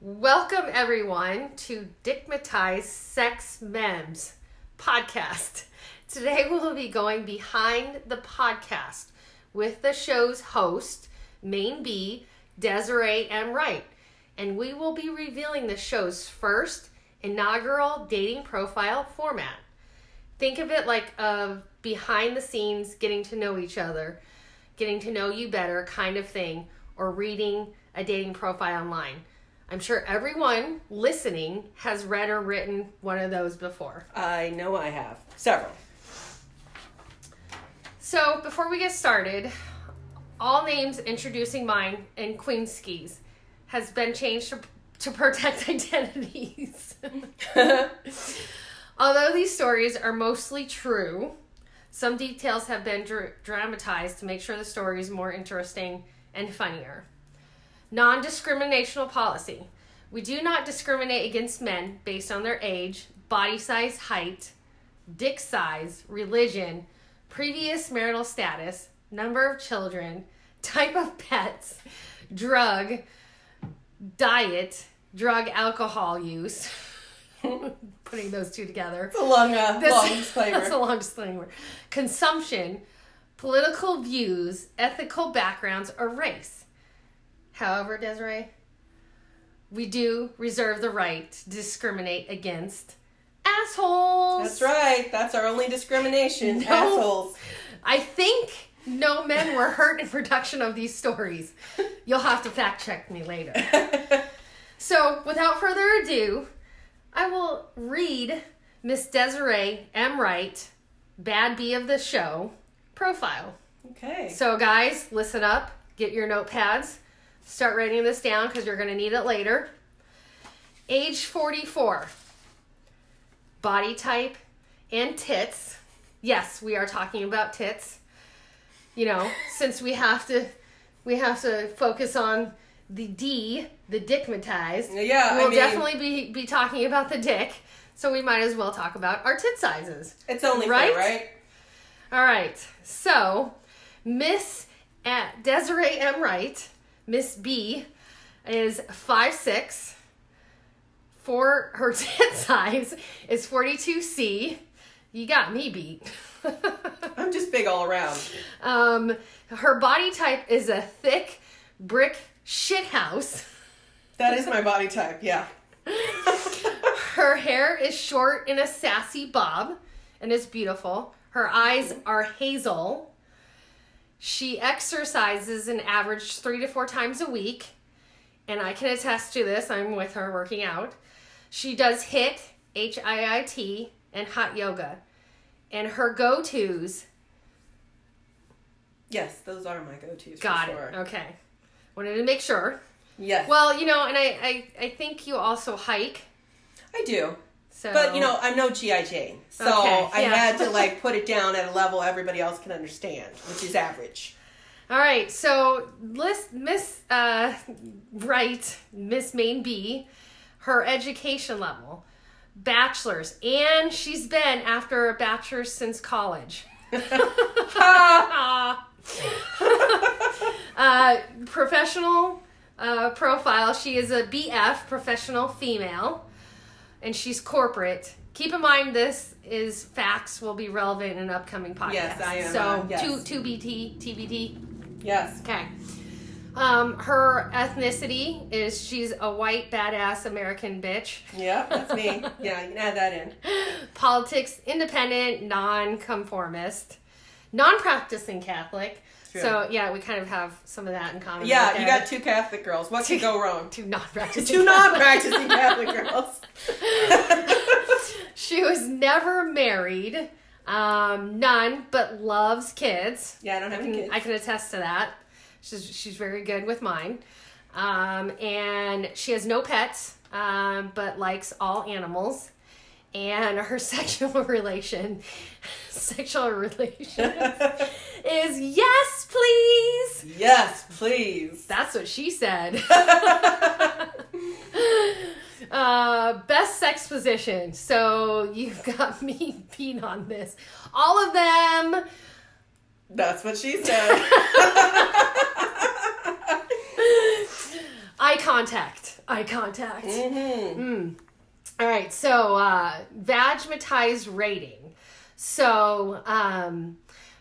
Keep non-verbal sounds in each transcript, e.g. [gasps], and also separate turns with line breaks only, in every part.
Welcome everyone to Dickmatize Sex Memes podcast. Today we'll be going behind the podcast with the show's host, Main B, Desiree, and Wright. And we will be revealing the show's first inaugural dating profile format. Think of it like a behind the scenes getting to know each other, getting to know you better kind of thing, or reading a dating profile online. I'm sure everyone listening has read or written one of those before.
I know I have several.
So before we get started, all names introducing mine and Queen Skis has been changed to, to protect [laughs] identities. Although these stories are mostly true, some details have been dra- dramatized to make sure the story is more interesting and funnier. Non discriminational policy. We do not discriminate against men based on their age, body size, height, dick size, religion, previous marital status, number of children, type of pets, drug, diet, drug alcohol use. [laughs] Putting those two together.
It's a long, uh,
This-
long
[laughs]
disclaimer.
That's a long disclaimer. Consumption, political views, ethical backgrounds, or race. However, Desiree, we do reserve the right to discriminate against assholes.
That's right. That's our only discrimination.
No.
Assholes.
I think no men were hurt in production of these stories. You'll have to fact check me later. So, without further ado, I will read Miss Desiree M. Wright, Bad Bee of the Show, profile.
okay.
So, guys, listen up, get your notepads, start writing this down because you're going to need it later. Age 44, body type, and tits. Yes, we are talking about tits. You know, since we have to, we have to focus on the D, the dickmatized.
Yeah, I
we'll
mean-
definitely be be talking about the dick. So we might as well talk about our tit sizes.
It's only
Right?
fair, right?
All right. So, Miss at Desiree M. Wright, Miss B, is five six. For her [laughs] tit size is 42C. You got me beat. [laughs]
I'm just big all around.
um, her body type is a thick brick shithouse.
That is my body type. Yeah.
Her hair is short in a sassy bob and it's beautiful. Her eyes are hazel. She exercises an average three to four times a week. And I can attest to this. I'm with her working out. She does HIT, H I I T, and hot yoga. And her go tos,
Yes, those are my go-tos.
got
for sure.
it. Okay. Wanted to make sure.
Yes.
Well, you know, and I, I, I think you also hike.
I do.
So
But you know, I'm no GI Jane, so
Oh. Okay,
I
yeah. [laughs]
had to like put it down at a level everybody else can understand, which is average.
All right, so list Miss uh, Wright, Miss Main B, her education level, bachelor's, and she's been after a bachelor's since
[laughs]
college. uh, professional uh, profile: she is a BF, professional female, and she's corporate. Keep in mind, this is facts will be relevant in upcoming podcasts.
Yes, I am,
So
uh, yes.
two two BT TBD.
Yes.
Okay. Um, her ethnicity is she's a white badass American bitch.
Yeah,
[laughs]
that's me. Yeah, you can add that in.
Politics independent, non-conformist, non-practicing Catholic.
True.
So yeah, we kind of have some of that in common.
Yeah,
right
you
there.
got two Catholic girls. What could go
[laughs]
wrong?
two non-practicing.
Two
[laughs]
non-practicing Catholic girls.
She was never married, um, none, but loves kids.
Yeah, I don't have any kids.
I can attest to that. She's she's very good with mine, um, and she has no pets, um, but likes all animals. And her [laughs] sexual relation, sexual relation
[laughs]
is yes, please.
yes, please. [laughs]
That's what she said. uh, best sex position. So you've got me [laughs] being on this. All of them.
That's what she said.
Eye contact. eye contact. Mm.
Mm-hmm.
All right, so uh, vagmatized rating. So um,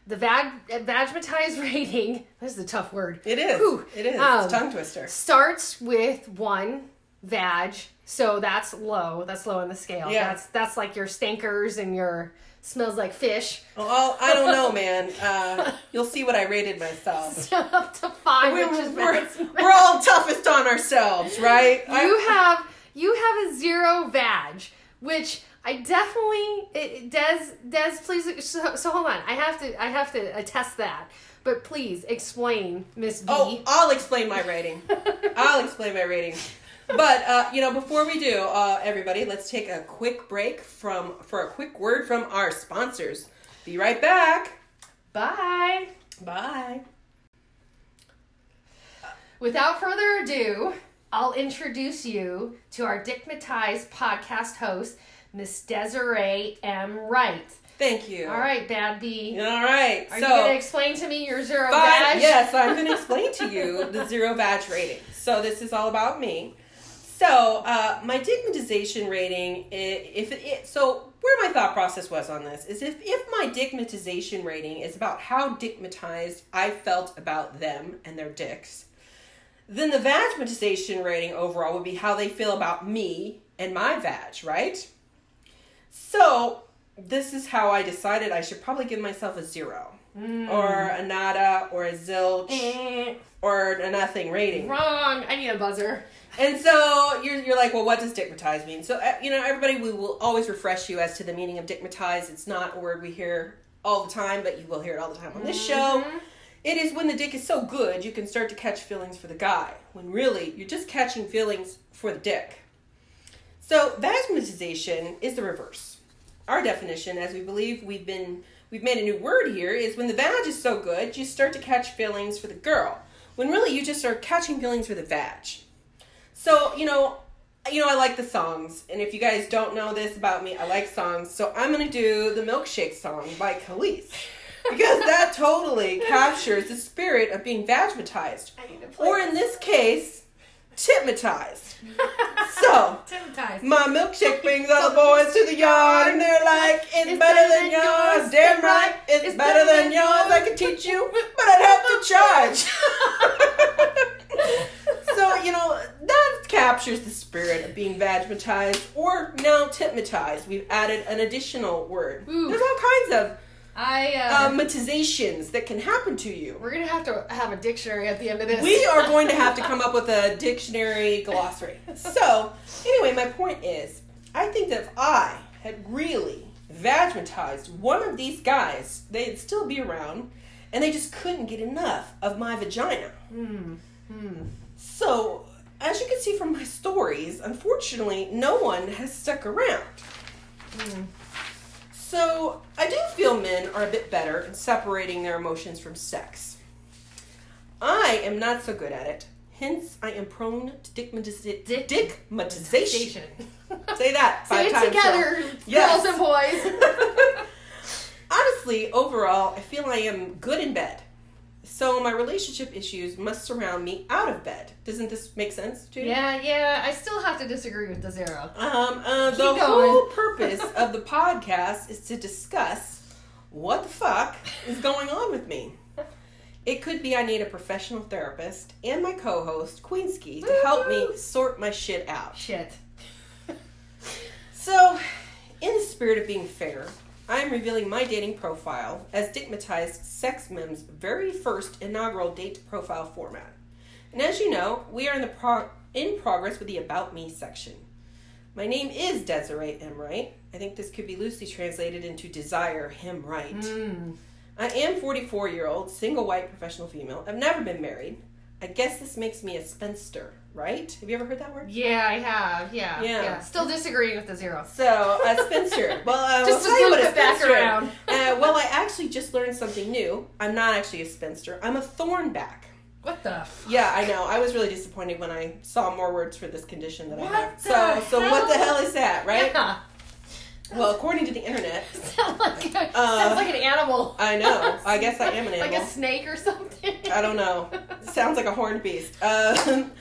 the vag- vagmatized [laughs] rating, this is a tough word,
It is.
Whew.
It is.
Um,
it's a tongue twister.
starts with one vag. So that's low. That's low on the scale.
Yeah.
That's that's like your stinkers and your smells like fish. [laughs]
Well, I don't know, man. Uh, you'll see what I rated myself.
Up to five,
We-
[laughs] which is
we're,
best.
we're all toughest on ourselves, right? I-
you have you have a zero vag, which I definitely it, it- Des Des please so, so hold on I have to I have to attest that but please explain Miss B.
Oh, I'll explain my rating. I'll explain my rating. But uh, you know, before we do, uh, everybody, let's take a quick break from for a quick word from our sponsors. Be right back.
Bye.
Bye.
Without further ado, I'll introduce you to our Dickmatized podcast host Miss Desiree M. Wright.
Thank you.
All right, Bad B.
All right.
Are
so,
you gonna explain to me your zero
Fine.
vag?
Yes,
[laughs]
I'm going to explain to you the zero badge rating. So this is all about me. So uh, my digmatization rating, i- if it, it, so, where my thought process was on this is if if my digmatization rating is about how digmatized I felt about them and their dicks, then the vagmatization rating overall would be how they feel about me and my vag, right? So this is how I decided I should probably give myself a zero. Or a nada or a zilch
Eh,
or a nothing rating.
Wrong. I need a buzzer.
And so you're, you're like, well, what does digmatize mean? So, uh, you know, everybody, we will always refresh you as to the meaning of digmatize. It's not a word we hear all the time, but you will hear it all the time on this show. It is when the dick is so good, you can start to catch feelings for the guy, when really you're just catching feelings for the dick. So, vasmatization is the reverse. Our definition, as we believe we've been we've made a new word here, is when the vag is so good, you start to catch feelings for the girl, when really you just are catching feelings for the vag. So, you know, you know, I like the songs, and if you guys don't know this about me, I like songs. So I'm gonna do the milkshake song by Khalees. Because that totally captures the spirit of being vagmatized.
I need to play.
Or in this case, titmatized. So
Temptized.
my milkshake brings all the boys to the yard, and they're like, "It's, better than yours, damn right. It's, better than yours. I could teach you, but I'd have to charge." [laughs] so you know that captures the spirit of being vagmatized or now tipmatized. We've added an additional word.
Ooh.
There's all kinds of
I uh,
uh, matizations that can happen to you.
we're gonna have to have a dictionary at the end of this.
We are going
[laughs]
to have to come up with a dictionary glossary. So, anyway, my point is, I think that if I had really vagmatized one of these guys, they'd still be around, and they just couldn't get enough of my vagina.
Hmm,
So, as you can see from my stories, unfortunately, no one has stuck around.
Hmm.
So, I do feel men are a bit better in separating their emotions from sex. I am not so good at it. Hence, I am prone to dickmatiz-
Dick- [laughs]
dickmatization.
station.
Say that
Say it
five times.
together,
so- Yes.
girls
[laughs]
and boys.
Honestly, overall, I feel I am good in bed. So my relationship issues must surround me out of bed. Doesn't this make sense to you?
yeah, yeah. I still have to disagree with the zero.
Um, uh, the
going.
whole purpose of the podcast is to discuss what the fuck is going on with me. It could be I need a professional therapist and my co-host Queenski to help me
Woo-hoo.
sort my shit out.
Shit.
So, in the spirit of being fair, I am revealing my dating profile as Digmatized Sex Mem's very first inaugural date profile format. And as you know, we are in the pro- in progress with the About Me section. My name is Desiree M. Wright. I think this could be loosely translated into Desire Him Right.
Mm.
I am 44 year old, single white professional female. I've never been married. I guess this makes me a spinster, right? Have you ever heard that word?
Yeah, I have. Yeah, yeah.
Yeah.
Still disagreeing with the zero.
So,
[laughs]
uh, Spencer. Well, uh,
Just
I'll
to
tell you
loop
what a
it back
Spencer.
around.
Uh, well, I actually just learned something new. I'm not actually a spinster. I'm a thornback.
What the? F-
Yeah, I know. I was really disappointed when I saw more words for this condition that
What
I have. So,
the
so what the
hell?
hell is that, right?
Yeah. [laughs]
Well, according to the internet,
Sound like a,
Uh,
sounds like an animal. [laughs]
I know. I guess I am an
Like
animal.
a snake or something.
I don't know. Sounds like a horned beast. Um,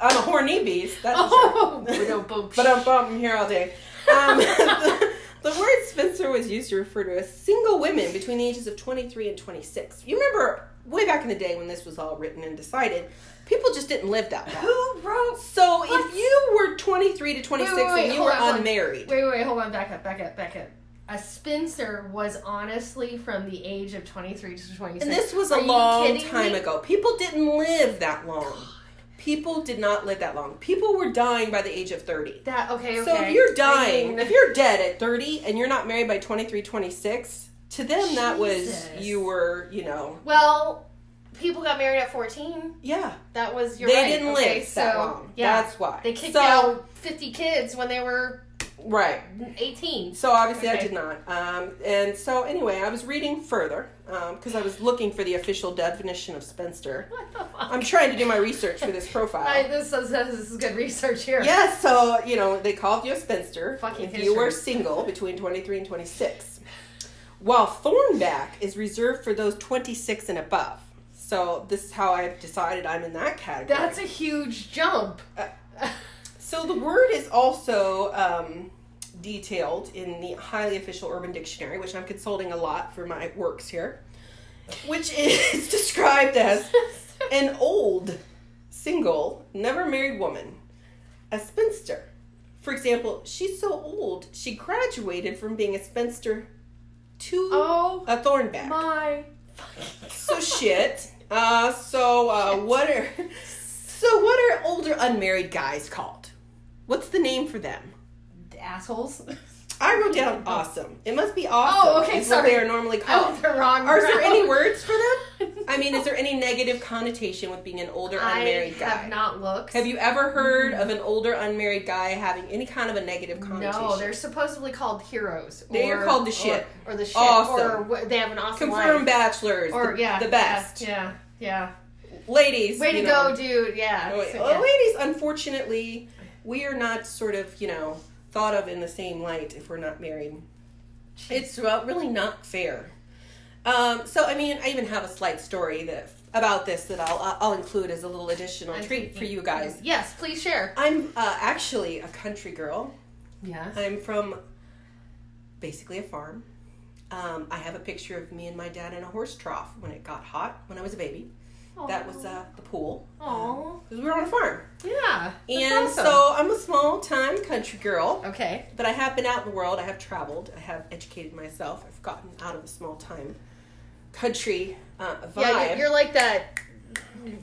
I'm a horny beast. That's
[laughs]
[laughs]
Oh,
for sure.
boom,
but uh, I'm bumping here all day. Um, [laughs] the, the word Spencer was used to refer to as single women between the ages of 23 and 26. You remember way back in the day when this was all written and decided, people just didn't live that long.
Who wrote?
So
What?
if you were 23 to 26
Wait, wait, wait,
and you
hold
were
on, hold on.
unmarried,
Wait, wait, hold on. Back up, back up, back up. A Spencer was honestly from the age of 23 to 26.
and this was
Are
a
you
long
kidding
time
me?
ago, people didn't live that long. People did not live that long. People were dying by the age of 30.
That okay, okay.
So if you're
I
dying,
mean,
if you're dead at 30 and you're not married by 23, 26, to them that was
Jesus.
you were, you know,
well, people got married at 14.
yeah.
That was your
they
right.
didn't
okay,
live
so,
that long.
Yeah,
That's why.
they kicked
so,
out 50 kids when they were
Right.
18.
So obviously I
Okay.
did not. Um, and so anyway, I was reading further because I was looking for the official definition of spinster.
What the fuck?
I'm trying to do my research for this
[laughs]
profile.
I, this, is, this is good research here.
yeah, so you know they called you a spinster
Fucking
if you were
history.
single between 23 and 26, while Thornback is reserved for those 26 and above. So this is how I've decided I'm in that category.
That's a huge jump.
Uh, So the word is also um, detailed in the highly official Urban Dictionary, which I'm consulting a lot for my works here, which is [laughs]
[laughs]
described as an old, single, never married woman, a spinster. For example, she's so old she graduated from being a spinster to
oh
a thornback.
my.
So shit. Uh, so uh, what are so what are older unmarried guys called? What's the name for them? Oh.
Assholes.
I wrote down awesome. It must be awesome.
okay,
is what they
sorry.
are normally
[laughs]
called.
Oh, the wrong.
Are there any
[laughs]
[laughs]
route.
words for [laughs] them? I mean, is there any negative connotation with being an older unmarried
I
guy?
have not looked.
Have Mm-hmm. you ever heard of an older unmarried guy having any kind of a negative connotation?
No, they're supposedly called heroes.
They are
or-
called the shit.
Or, or the shit.
Awesome.
Or what- they have an awesome life.
confirmed bachelors.
Or
the,
yeah,
the best
Yeah, yeah.
ladies.
yeah. Way
you
to
know.
go, dude. Yeah.
Oh,
So,
well,
yeah.
ladies, unfortunately, we are not sort of, you know, thought of in the same light if we're not married. It's well, really not fair. Um, so, I mean, I even have a slight story that about this that I'll uh, I'll include as a little additional
I'm
treat
thinking-
for you guys.
Yes, please share.
I'm uh, actually a country girl.
Yes.
I'm from basically a farm. Um, I have a picture of me and my dad in a horse trough when it got hot when I was a baby. That was uh, the pool
Oh.
because we were on a farm.
Yeah. that's
And
awesome.
so I'm a small time country girl,
Okay.
but I have been out in the world. I have traveled. I have educated myself. I've gotten out of the small time country uh, vibe.
Yeah, you're, you're like that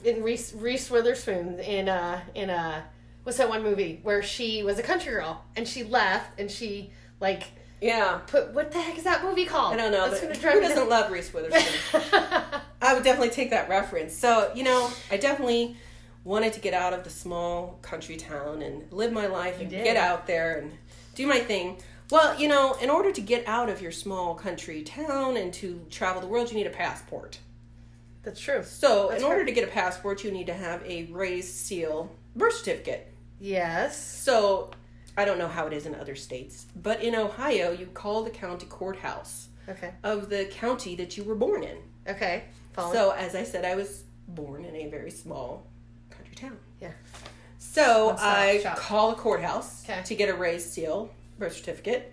in Reese, Reese Witherspoon in uh in uh what's that one movie where she was a country girl and she left and she like
Yeah.
put what the heck is that movie called?
I don't know.
That's
But
gonna drive
who
me
doesn't love Reese Witherspoon?
[laughs] nuts.
I would definitely take that reference. So, you know, I definitely wanted to get out of the small country town and live my life and
did.
get out there and do my thing. Well, you know, in order to get out of your small country town and to travel the world, you need a passport.
That's true.
So,
That's
in order
right.
to get a passport, you need to have a raised seal birth certificate.
Yes.
So, I don't know how it is in other states, but in Ohio, you call the county courthouse
Okay.
of the county that you were born in.
Okay. Follow.
So, as I said, I was born in a very small country town.
Yeah.
So,
One stop
I
shop.
call the courthouse
Okay.
to get a raised seal birth certificate.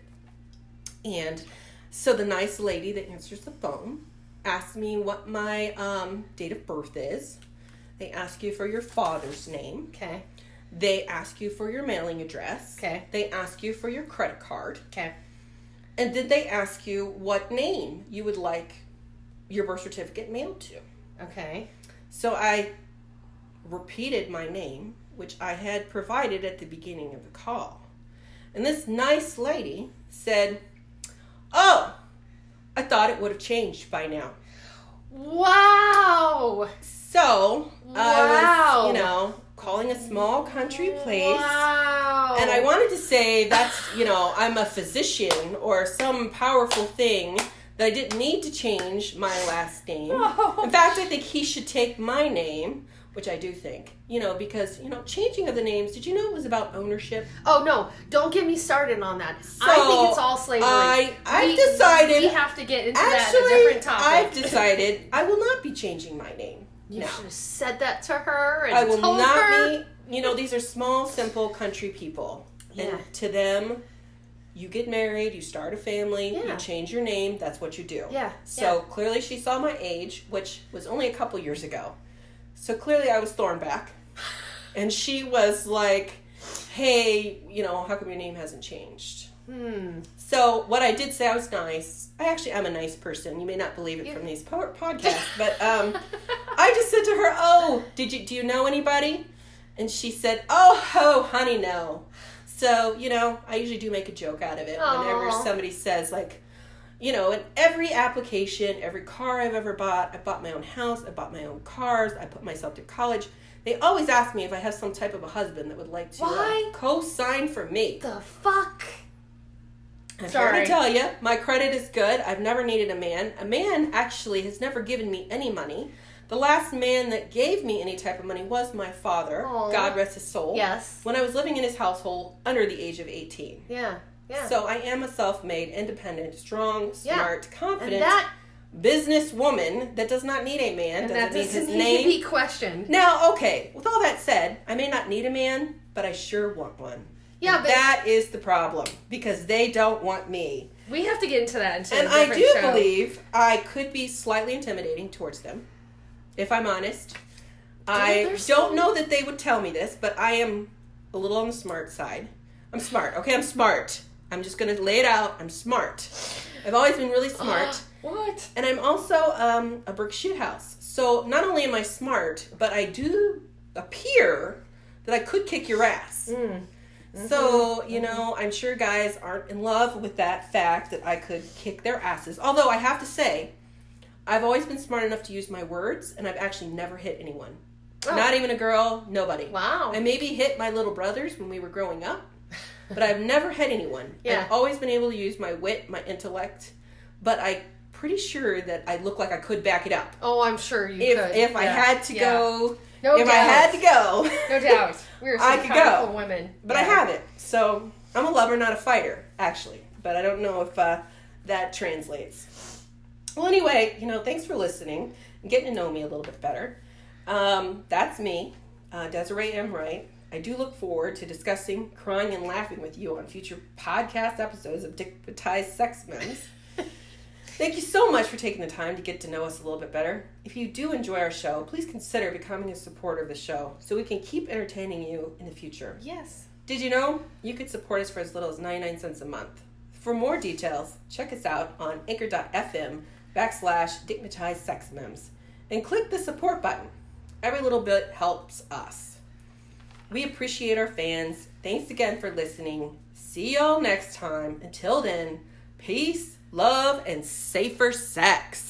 And so, the nice lady that answers the phone asks me what my um, date of birth is. They ask you for your father's name.
okay.
They ask you for your mailing address.
Okay.
They ask you for your credit card.
Okay.
And then they ask you what name you would like your birth certificate mailed to.
Okay.
So I repeated my name, which I had provided at the beginning of the call. And this nice lady said, Oh, I thought it would have changed by now.
Wow.
So I
Wow.
was, you know, calling a small country place.
Wow.
And I wanted to say that's, you know, I'm a physician or some powerful thing that I didn't need to change my last
[laughs]
name.
No.
In fact, I think he should take my name, which I do think, you know, because, you know, changing of the names, did you know it was about ownership?
Oh no! Don't get me started on that. I think it's all slavery.
I, I've
We-
decided,
we have to get into that in a
actually,
different topic.
I've decided I will not be changing my name.
[laughs] You
No.
should have said that to her and
I will
told
not
her.
be you know, these are small, simple country people.
Yeah.
And to them, you get married, you start a family,
Yeah.
you change your name, that's what you do.
Yeah,
So clearly she saw my age, which was only a couple years ago. So clearly I
[sighs]
was Thornback. And she was like, hey, you know, how come your name hasn't changed? [laughs]
Hmm.
So what I did say, I was nice. I actually am a nice person. You may not believe it
You-
from
[laughs]
these po- podcasts, but um, I just said to her, "Oh, did you do you know anybody?" And she said, "Oh, ho, honey, no." So you know, I usually do make a joke out of it whenever
Aw.
somebody says like, you know, in every application, every car I've ever bought, I bought my own house, I bought my own cars, I put myself through college. They always ask me if I have some type of a husband that would like to
Why?
uh, co-sign for me.
The fuck?
I'm
Sorry.
here to tell you, my credit is good. I've never needed a man. A man actually has never given me any money. The last man that gave me any type of money was my father.
Aw.
God rest his soul.
Yes.
When I was living in his household under the age of 18.
Yeah. Yeah.
So I am a self made, independent, strong,
Yeah.
smart,
and
confident
that
business woman that does not need a man,
and
doesn't
that
need his
doesn't need
name.
to be questioned.
Now, okay, with all that said, I may not need a man, but I sure want one.
Yeah,
And
but-
that is the problem because they don't want me.
We have to get into that. Into
And
a
I
different
do
show.
believe I could be slightly intimidating towards them, if I'm honest. I
there's
don't
some-
know that they would tell me this, but I am a little on the smart side. I'm smart, okay? I'm smart. I'm just gonna lay it out. I'm smart. I've always been really
[gasps] Ah.
smart.
[gasps] what?
And I'm also um, a brick shit house. So not only am I smart, but I do appear that I could kick your ass. So, you know, I'm sure guys aren't in love with that fact that I could kick their asses. Although I have to say, I've always been smart enough to use my words, and I've actually never hit anyone.
Oh.
Not even a girl, nobody.
Wow.
I maybe hit my little brothers when we were
[laughs]
growing up, but I've never hit anyone.
Yeah.
I've always been able to use my wit, my intellect, but I'm pretty sure that I look like I could back it up.
oh, I'm sure you
If,
could.
if I
Yeah.
had to
Yeah.
go,
No
if
doubt.
I had to go, [laughs]
No doubt. We are some
I could
powerful
go.
women.
but I
Yeah.
haven't. So I'm a lover, not a fighter, actually. But I don't know if uh, that translates. Well, anyway, you know, thanks for listening and getting to know me a little bit better. Um, that's me, uh, Desiree M. Wright. I do look forward to discussing, crying, and laughing with you on future podcast episodes of Dickmatized Sex Memes. Thank you so much for taking the time to get to know us a little bit better. If you do enjoy our show, please consider becoming a supporter of the show so we can keep entertaining you in the future.
Yes.
Did you know you could support us for as little as 99 cents a month? For more details, check us out on anchor.fm backslash digmatized sex memes and click the support button. Every little bit helps us. We appreciate our fans. Thanks again for listening. See y'all next time. Until then, peace, love, and safer sex.